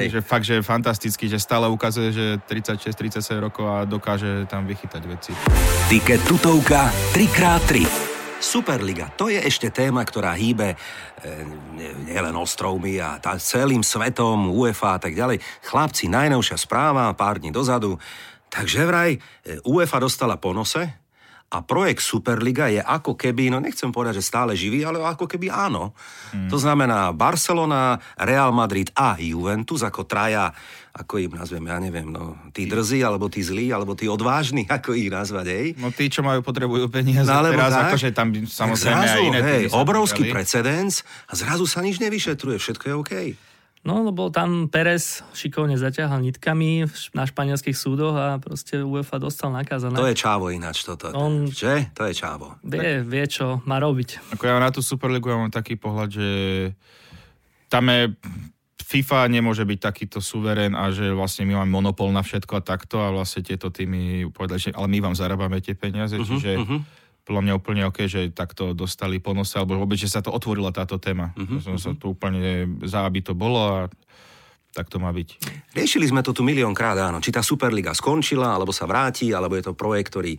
Speaker 1: Hej.
Speaker 2: že fakt, že je fantastický, že stále ukazuje, že 36-37 rokov a dokáže tam vychytať veci.
Speaker 1: Tiket tutovka 3x3. Superliga, to je ešte téma, ktorá hýbe e, ne- nielen ostrovmi a tá celým svetom, UEFA a tak ďalej. Chlapci, najnovšia správa, pár dní dozadu. Takže vraj, e, UEFA dostala ponose a projekt Superliga je ako keby, no nechcem povedať, že stále živý, ale ako keby áno. To znamená Barcelona, Real Madrid a Juventus ako traja, ako im nazvem, ja neviem, no, tí drzí, alebo tí zlí, alebo tí odvážni, ako ich nazvať, hej?
Speaker 2: No tí, čo majú potrebujú peniaze,
Speaker 1: No, alebo
Speaker 2: teraz
Speaker 1: tak.
Speaker 2: akože tam by
Speaker 1: Tak
Speaker 2: samozrejme
Speaker 1: zrazu,
Speaker 2: aj iné
Speaker 1: hej,
Speaker 2: týmy sa
Speaker 1: obrovský
Speaker 2: pridali.
Speaker 1: precedens a zrazu sa nič nevyšetruje, všetko je OK.
Speaker 3: No, lebo tam Perez šikovne zaťahal nitkami v š- na španielských súdoch a proste UEFA dostal nakázané.
Speaker 1: To je čávo ináč toto.
Speaker 3: No On-
Speaker 1: Že? To je čávo.
Speaker 3: Vie, vie, čo má robiť.
Speaker 2: Ako ja na tú Superligu ja mám taký pohľad, že tam je FIFA nemôže byť takýto suverén a že vlastne my máme monopol na všetko a takto a vlastne tieto týmy povedali, že ale my vám zarábame tie peniaze, uh-huh, čiže uh-huh. podľa mňa úplne OK, že takto dostali ponose alebo vôbec, že sa to otvorila táto téma. Uh-huh, som sa tu úplne za, aby to bolo a tak to má byť.
Speaker 1: Riešili sme to tu miliónkrát, áno. Či tá Superliga skončila, alebo sa vráti, alebo je to projekt, ktorý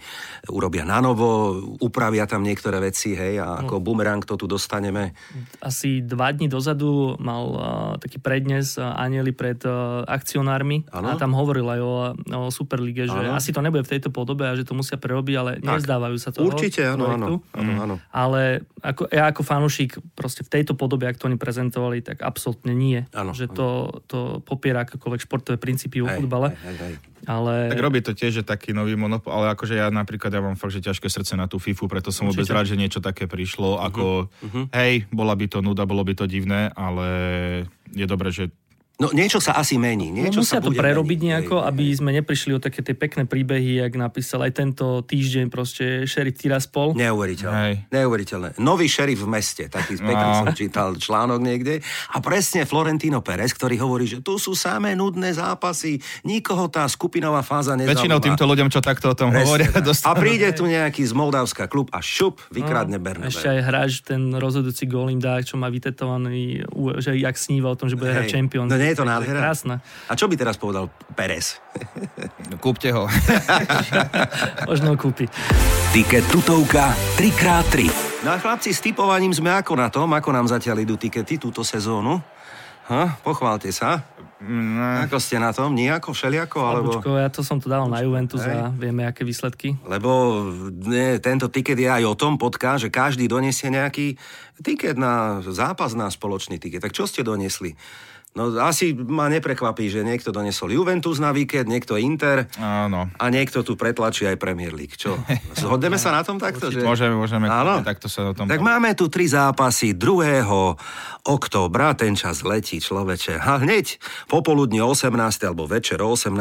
Speaker 1: urobia na novo, upravia tam niektoré veci, hej, a ako
Speaker 3: No.
Speaker 1: bumerang to tu dostaneme.
Speaker 3: Asi dva dní dozadu mal uh, taký prednes uh, Anieli pred uh, akcionármi
Speaker 1: Áno.
Speaker 3: a tam hovoril aj o, o Superlige, že
Speaker 1: Áno.
Speaker 3: asi to nebude v tejto podobe a že to musia prerobiť, ale nezdávajú sa toho.
Speaker 1: Určite, áno, áno.
Speaker 3: projektu.
Speaker 1: áno, áno.
Speaker 3: Ale ako, ja ako fanúšik proste v tejto podobe, ak to oni prezentovali, tak absolútne nie.
Speaker 1: Áno,
Speaker 3: že to, to popiera akékoľvek športové princípy vo Mm. futbale.
Speaker 1: hej, hej.
Speaker 3: Ale...
Speaker 2: Tak robí to tiež, že taký nový monopol, ale akože ja napríklad, ja mám fakt, že ťažké srdce na tú FIFU, preto som vôbec
Speaker 3: Určite.
Speaker 2: rád, že niečo také
Speaker 1: Mhm,
Speaker 2: prišlo, ako hej, bola by to nuda, bolo by to divné, ale je dobré, že
Speaker 1: No niečo sa asi mení.
Speaker 3: No,
Speaker 1: Niečo sa
Speaker 3: musia to
Speaker 1: bude
Speaker 3: prerobiť
Speaker 1: meniť,
Speaker 3: nejako,
Speaker 1: hej,
Speaker 3: aby
Speaker 1: hej.
Speaker 3: sme neprišli o také tie pekné príbehy, jak napísal aj tento týždeň proste šerif Tiraspol.
Speaker 1: Neuveriteľné.
Speaker 2: Hej.
Speaker 1: Neuveriteľné. Nový šerif v meste, taký pekný
Speaker 2: No.
Speaker 1: som čítal článok niekde. A presne Florentino Pérez, ktorý hovorí, že tu sú samé nudné zápasy, nikoho tá skupinová fáza nezaujíma.
Speaker 2: väčšinou týmto ľuďom, čo takto o tom
Speaker 1: Presne no.
Speaker 2: hovoria,
Speaker 1: tak. A
Speaker 2: dostanú.
Speaker 1: príde tu nejaký z Moldavska klub a šup, vykradne Bernabeu.
Speaker 3: No, Ešte aj hráč, ten rozhodujúci gól im dá, čo má vytetovaný, u- E, že jak sníva o tom, že bude hrať
Speaker 1: Hej.
Speaker 3: Champions.
Speaker 1: No nie je to
Speaker 3: Takže
Speaker 1: nádhera?
Speaker 3: Krásne.
Speaker 1: A čo by teraz povedal Pérez?
Speaker 2: Kúpte ho.
Speaker 3: Možno ho kúpi.
Speaker 1: Tiket tutovka 3x3. No a chlapci, s typovaním sme ako na tom, ako nám zatiaľ idú tikety túto sezónu? Ha, pochválte sa.
Speaker 2: Ne.
Speaker 1: Ako ste na tom? Nijako, všeliako? Alebo...
Speaker 3: Abučko, ja to som to dával na Juventus a vieme, aké výsledky.
Speaker 1: Lebo ne, tento tiket je aj o tom podká, že každý donesie nejaký tiket na zápas, na spoločný tiket. Tak čo ste donesli? No asi ma neprekvapí, že niekto donesol Juventus na víkend, niekto Inter
Speaker 2: Áno.
Speaker 1: a niekto tu pretlačí aj Premier League. Čo? Zhodneme sa na tom takto? Že...
Speaker 2: Môžeme, môžeme.
Speaker 1: Áno.
Speaker 2: Takto sa o tom...
Speaker 1: Tak máme tu tri zápasy 2. októbra, ten čas letí človeče. A hneď popoludne 18. alebo večer o 18.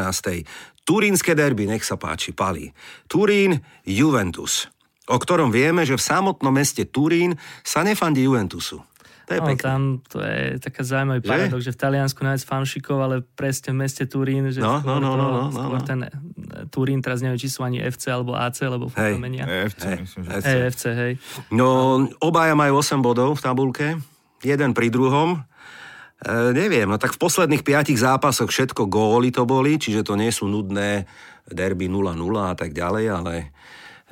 Speaker 1: Turínske derby, nech sa páči, palí. Turín, Juventus, o ktorom vieme, že v samotnom meste Turín sa nefandí Juventusu. To je
Speaker 3: No,
Speaker 1: pekné.
Speaker 3: tam to je taká zaujímavý
Speaker 1: Že?
Speaker 3: paradox, že v Taliansku najviac fanšikov, ale presne v meste Turín, že
Speaker 1: No, no, no,
Speaker 3: skôr, to,
Speaker 1: no, no, no,
Speaker 3: skôr
Speaker 1: no.
Speaker 3: ten e, Turín, teraz neviem, či sú ani FC alebo AC, lebo furt
Speaker 1: Hej.
Speaker 3: to menia.
Speaker 2: EFC,
Speaker 1: Hej,
Speaker 2: myslím, že...
Speaker 1: hej.
Speaker 3: Hej, FC, hej.
Speaker 1: No, obaja majú 8 bodov v tabulke, jeden pri druhom. E, neviem, no tak v posledných piatich zápasoch všetko góly to boli, čiže to nie sú nudné derby 0-0 a tak ďalej, ale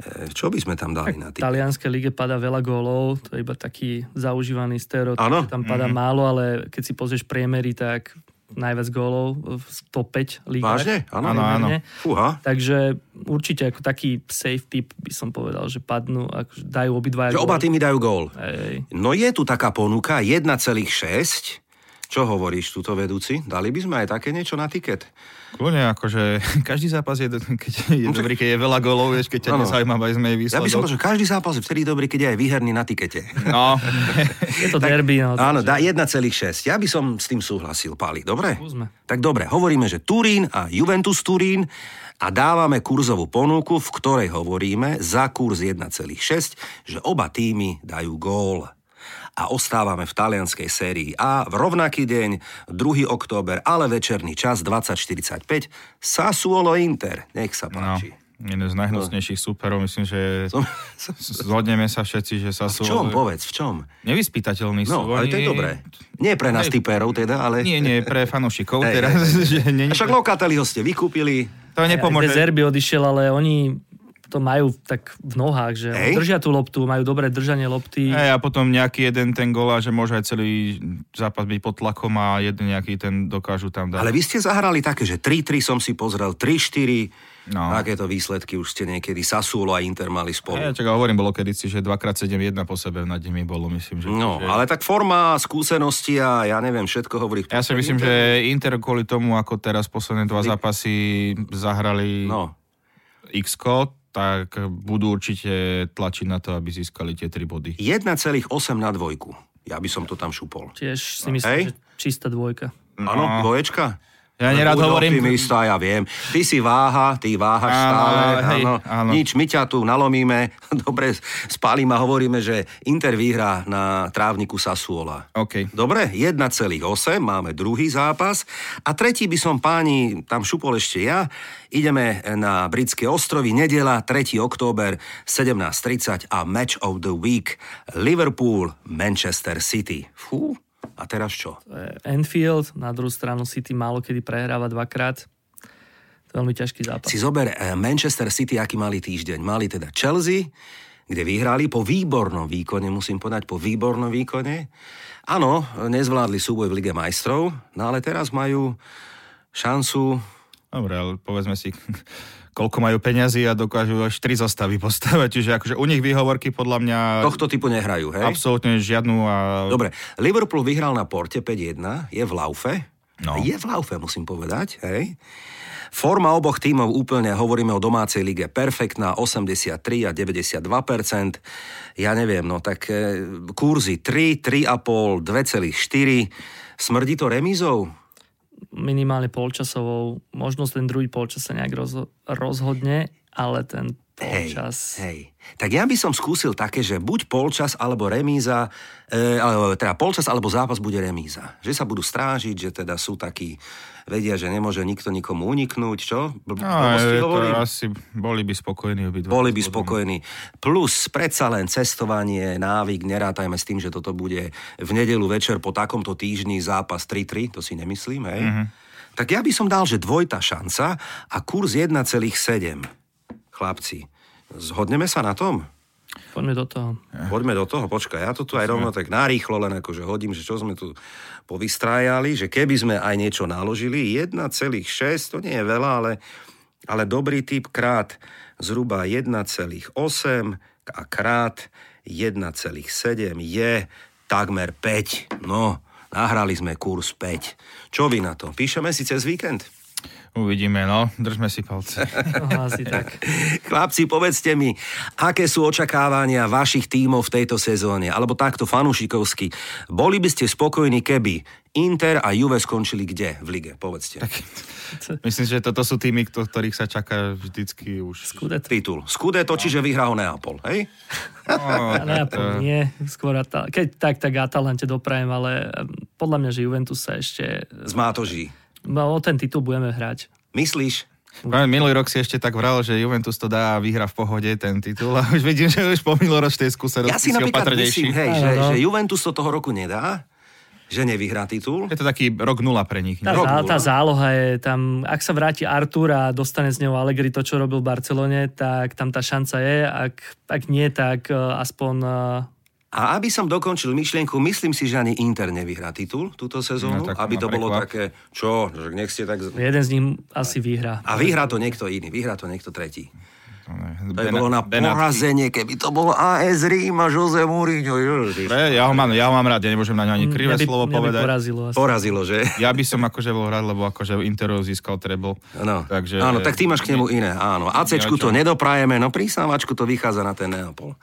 Speaker 1: e, čo by sme tam dali na
Speaker 3: V
Speaker 1: tým?
Speaker 3: talianskej lige padá veľa gólov, to je iba taký zaužívaný stereotyp,
Speaker 1: Áno.
Speaker 3: že tam padá mm-hmm. málo, ale keď si pozrieš priemery, tak najviac gólov v top 5 ligách.
Speaker 1: Vážne? Áno,
Speaker 2: Áno, áno.
Speaker 3: Priemerne.
Speaker 1: Fúha.
Speaker 3: Takže určite ako taký safe tip by som povedal, že padnú, akože dajú obidvaja
Speaker 1: Že oba
Speaker 3: góly.
Speaker 1: týmy dajú gól.
Speaker 3: Hej.
Speaker 1: No je tu taká ponuka 1,6. Čo hovoríš, túto vedúci? Dali by sme aj také niečo na tiket?
Speaker 2: Kľudne, akože každý zápas je, do- keď je dobrý, keď je veľa golov, vieš, keď ťa
Speaker 1: No Áno.
Speaker 2: nezaujíma, aj sme jej
Speaker 1: Ja
Speaker 2: výsledok.
Speaker 1: by som povedal, že každý zápas je vtedy dobrý, keď je aj výherný na tikete.
Speaker 2: No,
Speaker 3: Je to derby, no.
Speaker 1: Áno, dá 1,6. Ja by som s tým súhlasil, Pali, dobre?
Speaker 3: Skúsme.
Speaker 1: Tak dobre, hovoríme, že Turín a Juventus Turín a dávame kurzovú ponuku, v ktorej hovoríme za kurz 1,6, že oba týmy dajú gól. A ostávame v talianskej sérii A v rovnaký deň, 2. október, ale večerný čas 20.45, Sassuolo Inter, nech sa
Speaker 2: no.
Speaker 1: páči.
Speaker 2: Jeden z najhnusnejších superov, myslím, že
Speaker 1: No.
Speaker 2: zhodneme sa všetci, že sa
Speaker 1: V
Speaker 2: sú...
Speaker 1: čom, povedz, v čom?
Speaker 2: Nevyspytateľní sú.
Speaker 1: No, ale to je
Speaker 2: Oni-
Speaker 1: dobré. Nie pre nás
Speaker 2: Hej.
Speaker 1: typerov teda, ale...
Speaker 2: Nie, nie, pre fanúšikov
Speaker 1: Hej,
Speaker 2: teraz,
Speaker 1: hej, hej,
Speaker 2: že nie,
Speaker 1: A
Speaker 2: nie,
Speaker 1: Však Lokateliho ste vykúpili,
Speaker 2: to
Speaker 3: Pomôže.
Speaker 2: nepomôže.
Speaker 3: Zerby odišiel, ale oni to majú tak v nohách, že
Speaker 1: Hej.
Speaker 3: držia tú loptu, majú dobré držanie lopty.
Speaker 2: Hej, a potom nejaký jeden ten gol a že môže aj celý zápas byť pod tlakom a jeden nejaký ten dokážu tam dať.
Speaker 1: Ale vy ste zahrali také, že 3-3 som si pozrel, 3-4. No.
Speaker 2: No.
Speaker 1: Takéto výsledky už ste niekedy Sassuolo a Inter mali
Speaker 2: Ja
Speaker 1: spolu.
Speaker 2: čak hovorím, bolo kedysi, že 2x7-1 po sebe nad nimi bolo, myslím, že...
Speaker 1: No,
Speaker 2: že...
Speaker 1: ale tak forma, skúsenosti a ja neviem, všetko hovorí.
Speaker 2: Ja si myslím, že Inter kvôli tomu, ako teraz posledné dva zápasy zahrali
Speaker 1: No,
Speaker 2: no. x tak budú určite tlačiť na to, aby získali tie tri body.
Speaker 1: 1,8 na dvojku. Ja by som to tam šupol.
Speaker 3: Tiež si myslím,
Speaker 1: Hej.
Speaker 3: že čistá dvojka.
Speaker 1: Áno, no. dvoječka?
Speaker 2: Ja nerad
Speaker 1: Buď
Speaker 2: hovorím-
Speaker 1: optimista, ja viem. Ty si váha, ty váhaš
Speaker 2: Áno,
Speaker 1: stále.
Speaker 2: hej,
Speaker 1: áno.
Speaker 2: áno.
Speaker 1: Nič, my ťa tu nalomíme. Dobre, spálime a hovoríme, že Inter vyhrá na trávniku Sassuola.
Speaker 2: OK.
Speaker 1: Dobre, 1,8, máme druhý zápas. A tretí by som páni, tam šupol ešte ja, ideme na Britské ostrovy, nedela, 3. október, 17.30 a Match of the Week, Liverpool, Manchester City. Fú, a teraz čo?
Speaker 3: To je Anfield, Eh, na druhú stranu City málo kedy prehráva dvakrát. To je veľmi ťažký zápas.
Speaker 1: Si zober eh, Manchester City, aký mali týždeň. Mali teda Chelsea, kde vyhrali po výbornom výkone, musím povedať, po výbornom výkone. Áno, nezvládli súboj v Lige majstrov, no ale teraz majú šancu
Speaker 2: Dobre, ale povedzme si, koľko majú peňazí a dokážu až tri zostavy postavať. Čiže akože u nich výhovorky podľa mňa
Speaker 1: Tohto typu nehrajú, hej?
Speaker 2: absolútne žiadnu a...
Speaker 1: Dobre, Liverpool vyhral na Porte 5-1, je v Laufe.
Speaker 2: No.
Speaker 1: Je v Laufe, musím povedať, hej? Forma oboch tímov úplne, hovoríme o domácej lige, perfektná, 83 a 92%. Ja neviem, no tak e, kurzy 3, 3,5, 2,4. Smrdí to remízou?
Speaker 3: Minimálne polčasovou, možno ten druhý polčas sa nejak rozho- rozhodne, ale ten
Speaker 1: Hej,
Speaker 3: polčas...
Speaker 1: hej. Tak ja by som skúsil také, že buď polčas alebo remíza, e, alebo teda polčas alebo zápas bude remíza. Že sa budú strážiť, že teda sú takí, vedia, že nemôže nikto nikomu uniknúť, čo? Bl-
Speaker 2: No,
Speaker 1: blbosti
Speaker 2: je, to
Speaker 1: hovorím?
Speaker 2: asi boli by spokojní obidva.
Speaker 1: Boli by spokojní. Plus predsa len cestovanie, návyk, nerátajme s tým, že toto bude v nedelu večer po takomto týždni zápas 3-3, to si nemyslím, hej? Mm-hmm. Tak ja by som dal, že dvojta šanca a kurz 1,7. Chlapci, zhodneme sa na tom?
Speaker 3: Poďme do toho.
Speaker 1: Poďme do toho, počkaj, ja to tu aj rovno tak narýchlo len akože hodím, že čo sme tu povystrájali, že keby sme aj niečo naložili, 1,6, to nie je veľa, ale, ale dobrý typ krát zhruba 1,8 a krát 1,7 je takmer 5. No, nahrali sme kurz 5. Čo vy na to? Píšeme si cez víkend?
Speaker 2: Uvidíme, no. Držme si palce.
Speaker 3: No, asi tak.
Speaker 1: Chlapci, povedzte mi, aké sú očakávania vašich tímov v tejto sezóne? Alebo takto fanušikovsky. Boli by ste spokojní, keby Inter a Juve skončili kde v lige? Povedzte. Tak.
Speaker 2: Myslím, že toto sú týmy, kto- ktorých sa čaká vždycky už.
Speaker 3: Kudet.
Speaker 1: Titul. Skudé to, čiže vyhrá ho Neapol, hej?
Speaker 2: No,
Speaker 3: Ale ja
Speaker 1: Eh.
Speaker 3: poviem, nie, skôr Atal- keď tak, tak Atalante doprajem, ale mm, podľa mňa, že Juventus sa ešte...
Speaker 1: Zmátoží.
Speaker 3: No, o ten titul budeme hrať.
Speaker 1: Myslíš?
Speaker 2: Práve minulý rok si ešte tak vral, že Juventus to dá a vyhra v pohode ten titul a už vidím, že už po minuloročnej skúsenosti
Speaker 1: Ja si
Speaker 2: si
Speaker 1: napríklad myslím,
Speaker 2: opatrnejší.
Speaker 1: hej, že,
Speaker 3: Áno.
Speaker 1: že Juventus to toho roku nedá, že nevyhrá titul.
Speaker 2: Je to taký rok no. nula pre nich. Ne?
Speaker 3: Tá,
Speaker 1: Rok
Speaker 3: zá,
Speaker 1: nula.
Speaker 3: tá záloha je tam, ak sa vráti Artur a dostane z neho Allegri to, čo robil v Barcelone, tak tam tá šanca je, ak, ak nie, tak eh, aspoň eh,
Speaker 1: A aby som dokončil myšlienku, myslím si, že ani Inter nevyhrá titul túto sezónu,
Speaker 2: No, tak
Speaker 1: aby
Speaker 2: ma
Speaker 1: to bolo
Speaker 2: prekvap.
Speaker 1: také, čo, no, že nech ste tak...
Speaker 3: jeden z nich asi vyhrá.
Speaker 1: A vyhrá to niekto iný, vyhrá to niekto tretí. To je
Speaker 2: No, Bena-
Speaker 1: bolo na
Speaker 2: Benat-
Speaker 1: porazenie, keby to bol AS Rím a Jose Mourinho. ježiš.
Speaker 2: Pre, ja, ho mám, ja ho mám rád, ja nemôžem na ňo ani krivé
Speaker 3: Mňa Mm, by-
Speaker 2: slovo
Speaker 3: mňa by
Speaker 2: povedať.
Speaker 3: Porazilo asi.
Speaker 1: Porazilo, že?
Speaker 2: Ja by som akože bol rád, lebo akože Interu získal treble.
Speaker 1: No.
Speaker 2: Takže,
Speaker 1: áno, tak ty máš k nemu iné, áno. ACčku to nedoprajeme, no prísávačku to vychádza na ten Neapol.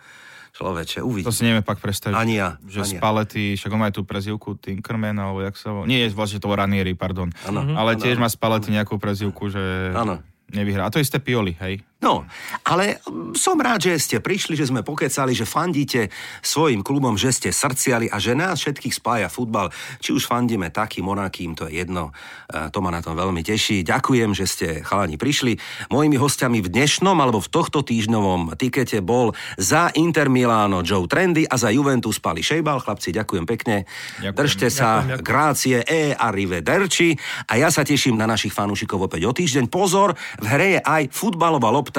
Speaker 1: Človeče,
Speaker 2: To
Speaker 1: uvidí.
Speaker 2: si nevieme pak predstaviť.
Speaker 1: Ani ja,
Speaker 2: Že
Speaker 1: ani ja.
Speaker 2: Spalletti, však on má aj tú prezivku Tinkerman, alebo jak sa volá. Nie, je vlastne to Ranieri, pardon.
Speaker 1: Áno,
Speaker 2: Ale tiež má Spalletti nejakú prezivku, že
Speaker 1: Áno.
Speaker 2: nevyhrá. A to isté Pioli, hej?
Speaker 1: No, ale mm, som rád, že ste prišli, že sme pokecali, že fandíte svojim klubom, že ste srdciali a že nás všetkých spája futbal. Či už fandíme takým, onakým, to je jedno. E, To ma na tom veľmi teší. Ďakujem, že ste chalani prišli. Mojimi hostiami v dnešnom alebo v tohto týždňovom tikete bol za Inter Milano Joe Trendy a za Juventus Pali Šejbal. Chlapci, ďakujem pekne.
Speaker 2: Ďakujem.
Speaker 1: Držte sa, grácie, e a rivederči a ja sa teším na našich fanúšikov opäť o týždeň. Pozor, v hre je aj futbalová lopta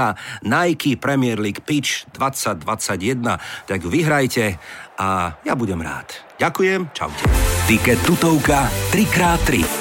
Speaker 1: Nike Premier League Pitch 2021, tak ju vyhrajte a ja budem rád. Ďakujem, čaute. Tiket tutovka 3x3.